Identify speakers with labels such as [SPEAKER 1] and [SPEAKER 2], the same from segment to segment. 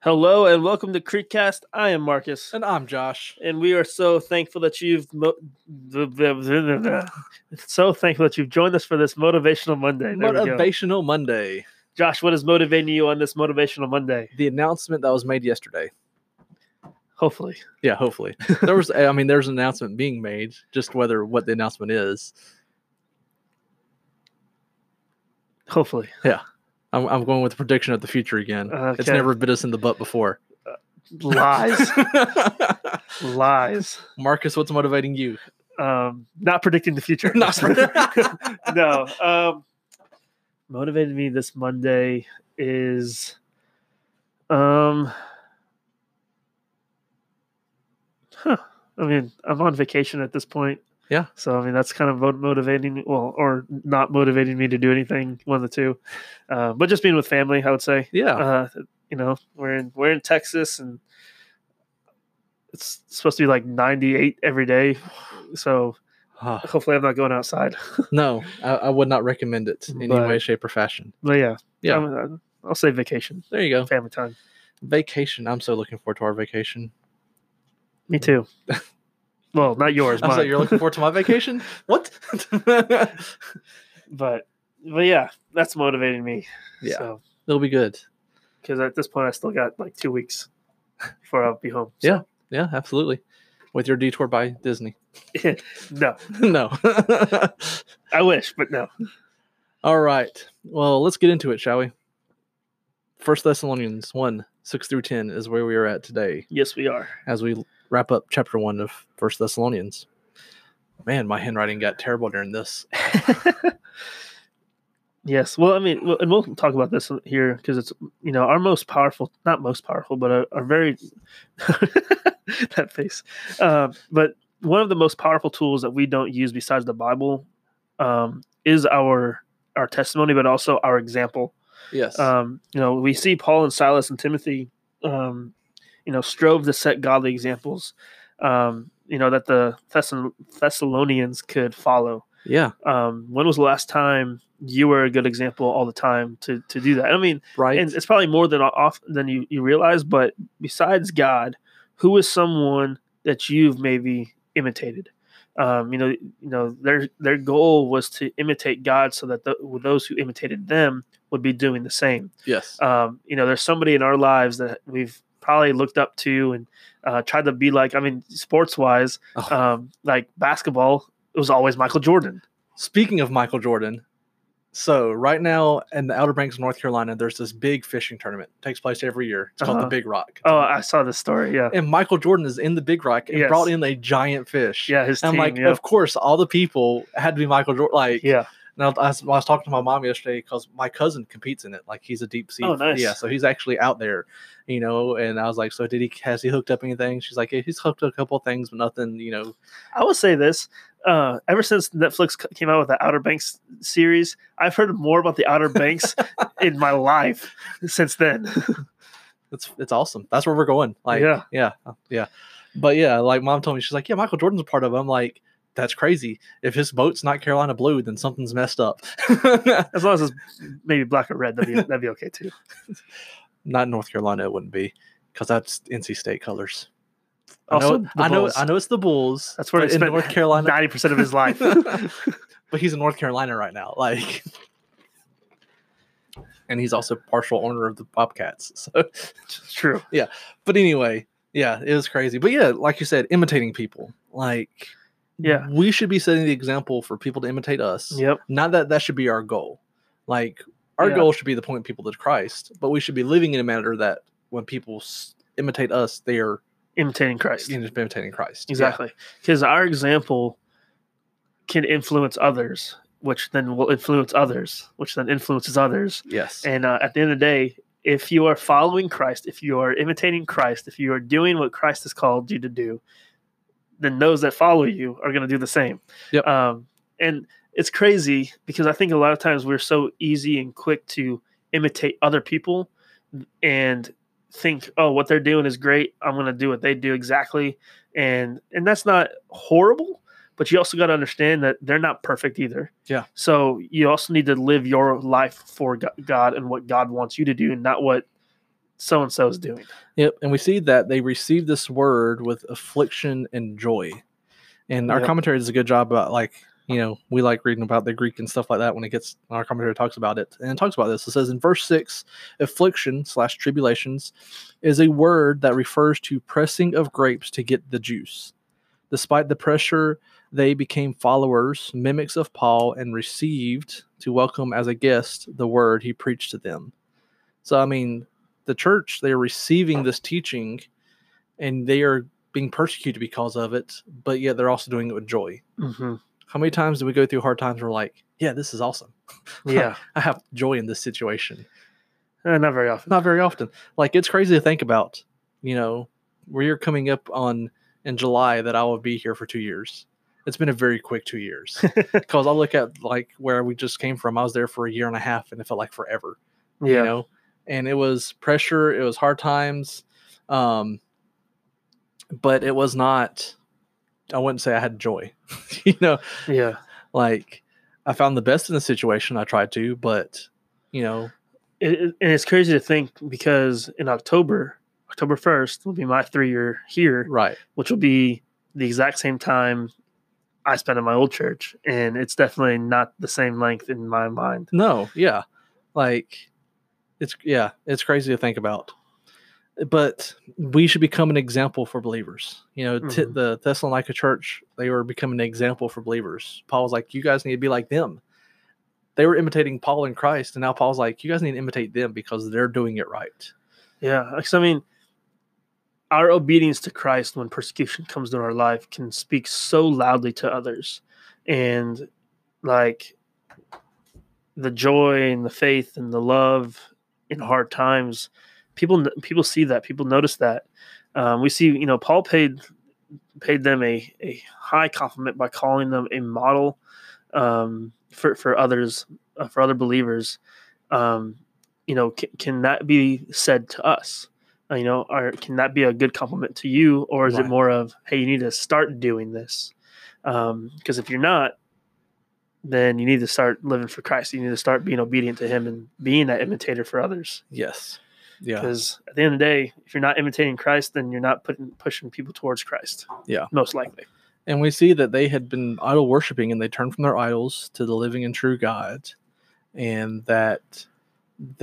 [SPEAKER 1] Hello and welcome to Creekcast. I am Marcus,
[SPEAKER 2] And I'm Josh.
[SPEAKER 1] and we are so thankful that you've mo- so thankful that you've joined us for this motivational Monday. There we go.
[SPEAKER 2] Motivational Monday.
[SPEAKER 1] Josh, what is motivating you on this motivational Monday?
[SPEAKER 2] The announcement that was made yesterday.
[SPEAKER 1] Hopefully,
[SPEAKER 2] Yeah, hopefully. there was I mean there's an announcement being made, just whether what the announcement is.
[SPEAKER 1] hopefully.
[SPEAKER 2] I'm, I'm going with the prediction of the future again. It's
[SPEAKER 1] Okay.
[SPEAKER 2] never bit us in the butt before.
[SPEAKER 1] Lies, lies.
[SPEAKER 2] Marcus, what's motivating you?
[SPEAKER 1] Um, not predicting the future.
[SPEAKER 2] Not
[SPEAKER 1] no. Um, motivated me this Monday is, um, huh. I mean, I'm on vacation at this point.
[SPEAKER 2] Yeah.
[SPEAKER 1] So I mean, that's kind of mo- motivating. Well, or not motivating me to do anything. One of the two. Uh, but just being with family, I would say.
[SPEAKER 2] Yeah.
[SPEAKER 1] Uh, you know, we're in we're in Texas and it's supposed to be like 98 every day. So
[SPEAKER 2] Ah,
[SPEAKER 1] hopefully I'm not going outside.
[SPEAKER 2] no, I, I would not recommend it in any
[SPEAKER 1] But-
[SPEAKER 2] way, shape, or fashion.
[SPEAKER 1] But yeah,
[SPEAKER 2] Yeah.
[SPEAKER 1] I'm- uh, I'll say vacation,
[SPEAKER 2] There you go.
[SPEAKER 1] family time.
[SPEAKER 2] Vacation. I'm so looking forward to our vacation.
[SPEAKER 1] Me too. well, not yours,
[SPEAKER 2] I was like,
[SPEAKER 1] mine.
[SPEAKER 2] you're looking forward to my vacation? What?
[SPEAKER 1] but but yeah, that's motivating me.
[SPEAKER 2] yeah.
[SPEAKER 1] So,
[SPEAKER 2] It'll be good.
[SPEAKER 1] because at this point I still got like two weeks before I'll be home.
[SPEAKER 2] Yeah. Yeah, absolutely. With your detour by Disney.
[SPEAKER 1] No,
[SPEAKER 2] no.
[SPEAKER 1] I wish, but no.
[SPEAKER 2] All right. Well, let's get into it, shall we? First Thessalonians 1, 6 through 10 is where we are at today
[SPEAKER 1] Yes, we are.
[SPEAKER 2] as we wrap up chapter 1 of First Thessalonians. Man, my handwriting got terrible during this.
[SPEAKER 1] Yes. Well, I mean, well, and we'll talk about this here because it's, you know, our most powerful, not most powerful, but our, our very, that face. Um, but one of the most powerful tools that we don't use besides the Bible um, is our our testimony, but also our example.
[SPEAKER 2] Yes.
[SPEAKER 1] Um, you know, we see Paul and Silas and Timothy, um, you know, strove to set godly examples, um, you know, that the Thessalon- Thessalonians could follow
[SPEAKER 2] yeah.
[SPEAKER 1] um, when was the last time you were a good example all the time to to do that? I mean,
[SPEAKER 2] Right.
[SPEAKER 1] and it's probably more than off than you you realize. But besides God, who is someone that you've maybe imitated? Um, you know, you know their their goal was to imitate God, so that the, those who imitated them would be doing the same
[SPEAKER 2] yes.
[SPEAKER 1] um, you know, there's somebody in our lives that we've probably looked up to and uh, tried to be like. I mean, sports wise,
[SPEAKER 2] Oh.
[SPEAKER 1] um, like basketball, it was always Michael Jordan.
[SPEAKER 2] Speaking of Michael Jordan, so right now in the Outer Banks of North Carolina, there's this big fishing tournament. takes place every year. It's called
[SPEAKER 1] Uh-huh.
[SPEAKER 2] the Big Rock.
[SPEAKER 1] Oh, I saw this story. Yeah,
[SPEAKER 2] and Michael Jordan is in the Big Rock and
[SPEAKER 1] Yes.
[SPEAKER 2] brought in a giant fish.
[SPEAKER 1] yeah, his
[SPEAKER 2] And I'm
[SPEAKER 1] team.
[SPEAKER 2] like,
[SPEAKER 1] yeah,
[SPEAKER 2] of course, all the people had to be Michael Jordan. Like,
[SPEAKER 1] yeah,
[SPEAKER 2] and I, was- I was, I was talking to my mom yesterday because my cousin competes in it. Like, he's a deep sea.
[SPEAKER 1] Oh, nice.
[SPEAKER 2] Yeah, so he's actually out there, you know. And I was like, so did he? Has he hooked up anything? She's like, yeah, he's hooked up a couple of things, but nothing, you know.
[SPEAKER 1] I will say this. Uh, ever since Netflix c- came out with the Outer Banks series, I've heard more about the Outer Banks in my life since then.
[SPEAKER 2] It's it's awesome. That's where we're going. Like, yeah,
[SPEAKER 1] yeah,
[SPEAKER 2] yeah, uh, yeah. But yeah, like mom told me, she's like, yeah, Michael Jordan's a part of it. I'm like. That's crazy. If his boat's not Carolina blue, then something's messed up.
[SPEAKER 1] as long as it's maybe black or red, that'd be that'd be okay too.
[SPEAKER 2] not North Carolina, it wouldn't be because that's NC State colors. I
[SPEAKER 1] Also,
[SPEAKER 2] know,
[SPEAKER 1] the
[SPEAKER 2] I know,
[SPEAKER 1] Bulls.
[SPEAKER 2] I know it's the Bulls.
[SPEAKER 1] That's where
[SPEAKER 2] but
[SPEAKER 1] he
[SPEAKER 2] in
[SPEAKER 1] spent
[SPEAKER 2] North Carolina,
[SPEAKER 1] Ninety percent of his life.
[SPEAKER 2] but he's in North Carolina right now, like, and he's also partial owner of the Bobcats. So,
[SPEAKER 1] It's true.
[SPEAKER 2] but anyway, yeah, it was crazy. But yeah, like you said, imitating people, like,
[SPEAKER 1] Yeah.
[SPEAKER 2] we should be setting the example for people to imitate us.
[SPEAKER 1] Yep.
[SPEAKER 2] Not that that should be our goal. Like our
[SPEAKER 1] Yeah.
[SPEAKER 2] goal should be to point people to Christ, but we should be living in a manner that when people s- imitate us, they are
[SPEAKER 1] Imitating Christ.
[SPEAKER 2] in- imitating Christ. Yeah.
[SPEAKER 1] Exactly. Because our example can influence others, which then will influence others, which then influences others.
[SPEAKER 2] Yes.
[SPEAKER 1] And uh, at the end of the day, if you are following Christ, if you are imitating Christ, if you are doing what Christ has called you to do, then those that follow you are going to do the same.
[SPEAKER 2] Yep.
[SPEAKER 1] Um, and it's crazy because I think a lot of times we're so easy and quick to imitate other people and think, oh, what they're doing is great. I'm going to do what they do exactly. And and that's not horrible, but you also got to understand that they're not perfect either.
[SPEAKER 2] Yeah.
[SPEAKER 1] So you also need to live your life for Go- God and what God wants you to do, and not what so and so is doing.
[SPEAKER 2] Yep. And we see that they received this word with affliction and joy. And our
[SPEAKER 1] Yep.
[SPEAKER 2] commentary does a good job about like, you know, we like reading about the Greek and stuff like that when it gets our commentary talks about it. And it talks about this. It says in verse six, affliction slash tribulations is a word that refers to pressing of grapes to get the juice. Despite the pressure, they became followers, mimics of Paul, and received to welcome as a guest the word he preached to them. So I mean, the church they are receiving this teaching and they are being persecuted because of it but yet they're also doing it with joy
[SPEAKER 1] hmm
[SPEAKER 2] how many times do we go through hard times and we're like yeah this is awesome
[SPEAKER 1] Yeah,
[SPEAKER 2] i have joy in this situation
[SPEAKER 1] Uh, not very often.
[SPEAKER 2] not very often like it's crazy to think about you know we're coming up on in july that i will be here for two years it's been a very quick two years because i look at like where we just came from i was there for a year and a half and it felt like forever
[SPEAKER 1] Yeah,
[SPEAKER 2] you know and it was pressure it was hard times um but it was not i wouldn't say i had joy you know
[SPEAKER 1] yeah.
[SPEAKER 2] like i found the best in the situation i tried to but you know
[SPEAKER 1] It, it- and it's crazy to think because in October, October first will be my three year here,
[SPEAKER 2] right
[SPEAKER 1] which will be the exact same time I spent in my old church, and it's definitely not the same length in my mind.
[SPEAKER 2] no yeah like it's yeah it's crazy to think about but we should become an example for believers you know t-
[SPEAKER 1] Mhm.
[SPEAKER 2] the thessalonica church they were becoming an example for believers paul was like you guys need to be like them they were imitating paul and christ and now paul's like you guys need to imitate them because they're doing it right
[SPEAKER 1] Yeah, because I mean, our obedience to Christ when persecution comes to our life can speak so loudly to others, and like the joy and the faith and the love in hard times, people n- people see that, people notice that. Um, we see, you know, Paul paid paid them a a high compliment by calling them a model um, for for others uh, for other believers. Um, you know, can, can that be said to us? Uh, you know, or can that be a good compliment to you, or is
[SPEAKER 2] Right.
[SPEAKER 1] it more of, hey, you need to start doing this? Because if you're not, then you need to start living for Christ. You need to start being obedient to Him and being that imitator for others.
[SPEAKER 2] yes yeah
[SPEAKER 1] Because at the end of the day, if you're not imitating Christ, then you're not putting pushing people towards Christ.
[SPEAKER 2] Yeah.
[SPEAKER 1] most likely.
[SPEAKER 2] and we see that they had been idol worshiping and they turned from their idols to the living and true god and that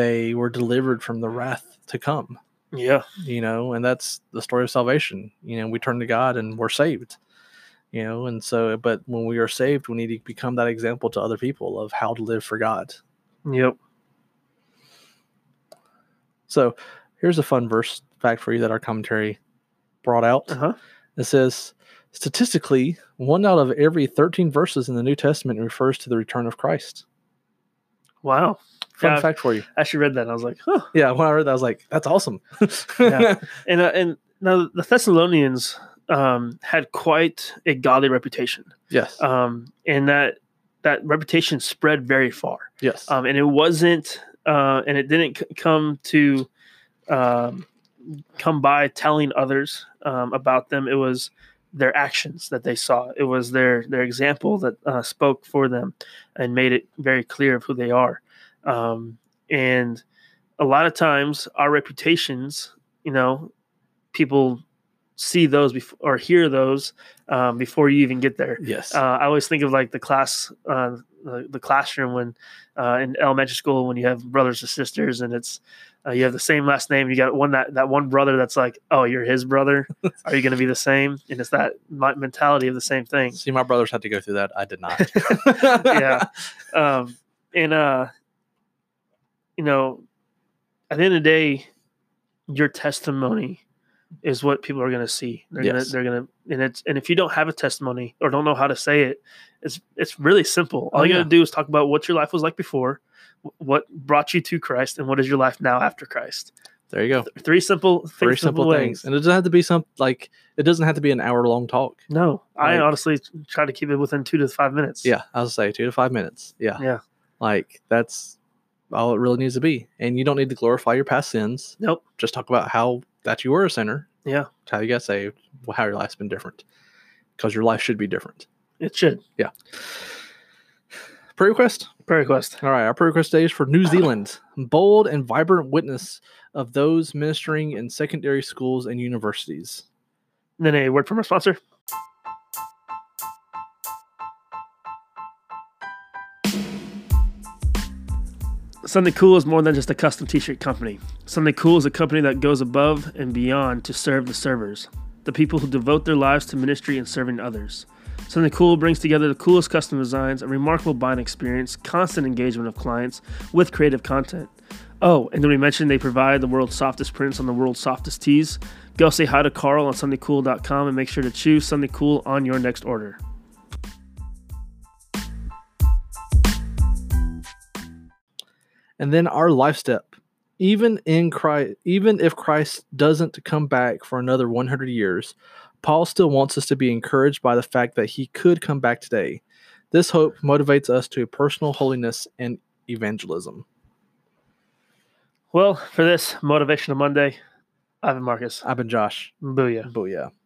[SPEAKER 2] they were delivered from the wrath to come
[SPEAKER 1] Yeah,
[SPEAKER 2] you know, and that's the story of salvation. You know, we turn to God and we're saved. You know, and so, but when we are saved, we need to become that example to other people of how to live for God.
[SPEAKER 1] yep.
[SPEAKER 2] So, here's a fun verse fact for you that our commentary brought out.
[SPEAKER 1] Uh huh.
[SPEAKER 2] It says, statistically, one out of every 13 verses in the New Testament refers to the return of Christ.
[SPEAKER 1] Wow.
[SPEAKER 2] Fun
[SPEAKER 1] Yeah.
[SPEAKER 2] fact for you.
[SPEAKER 1] I actually read that and I was like, huh.
[SPEAKER 2] Yeah, when I read that, I was like, that's awesome.
[SPEAKER 1] Yeah. and uh, and now the Thessalonians um, had quite a godly reputation,
[SPEAKER 2] yes.
[SPEAKER 1] um, and that that reputation spread very far.
[SPEAKER 2] yes.
[SPEAKER 1] Um, and it wasn't, uh, and it didn't c- come to um, come by telling others um, about them. It was their actions that they saw. It was their their example that uh, spoke for them and made it very clear of who they are. Um, and a lot of times, our reputations, you know, people see those before or hear those um, before you even get there
[SPEAKER 2] yes.
[SPEAKER 1] uh, I always think of like the class, uh, the, the classroom when uh, in elementary school when you have brothers and sisters and it's uh, you have the same last name. You got one that that one brother that's like, oh, you're his brother. Are you going to be the same? And it's that mi- mentality of the same thing.
[SPEAKER 2] See, my brothers had to go through that. I did not.
[SPEAKER 1] Yeah. Um, and uh, you know, at the end of the day, your testimony is what people are going to see. They're
[SPEAKER 2] Yes.
[SPEAKER 1] gonna, they're gonna, and it's and if you don't have a testimony or don't know how to say it, it's it's really simple. All
[SPEAKER 2] Oh,
[SPEAKER 1] you
[SPEAKER 2] yeah.
[SPEAKER 1] got to do is talk about what your life was like before, wh- what brought you to Christ, and what is your life now after Christ.
[SPEAKER 2] There you go.
[SPEAKER 1] Three simple, three,
[SPEAKER 2] very simple, things. And it doesn't have to be some like it doesn't have to be an hour long talk.
[SPEAKER 1] No, I
[SPEAKER 2] Like-
[SPEAKER 1] honestly try to keep it within two to five minutes.
[SPEAKER 2] Yeah, I'll say two to five minutes. Yeah.
[SPEAKER 1] Yeah.
[SPEAKER 2] Like that's all it really needs to be. And you don't need to glorify your past sins.
[SPEAKER 1] Nope.
[SPEAKER 2] Just talk about how that you were a sinner.
[SPEAKER 1] Yeah.
[SPEAKER 2] How you got saved, wh- how your life's been different. Because your life should be different.
[SPEAKER 1] It should.
[SPEAKER 2] Prayer request.
[SPEAKER 1] Prayer request.
[SPEAKER 2] All right, our prayer request today is for New Zealand, bold and vibrant witness of those ministering in secondary schools and universities.
[SPEAKER 1] And then a word from our sponsor. Sunday Cool is more than just a custom t shirt company. Sunday Cool is a company that goes above and beyond to serve the servers, the people who devote their lives to ministry and serving others. Sunday Cool brings together the coolest custom designs, a remarkable buying experience, constant engagement of clients with creative content. Oh, and then we mentioned they provide the world's softest prints on the world's softest tees. Go say hi to Carl on SundayCool.com and make sure to choose Sunday Cool on your next order.
[SPEAKER 2] and then our life step. Even in Christ, even if Christ doesn't come back for another 100 years, Paul still wants us to be encouraged by the fact that he could come back today. This hope motivates us to personal holiness and evangelism.
[SPEAKER 1] Well, for this Motivational Monday, Ivan Marcus.
[SPEAKER 2] I've been Josh.
[SPEAKER 1] Booyah.
[SPEAKER 2] Booyah.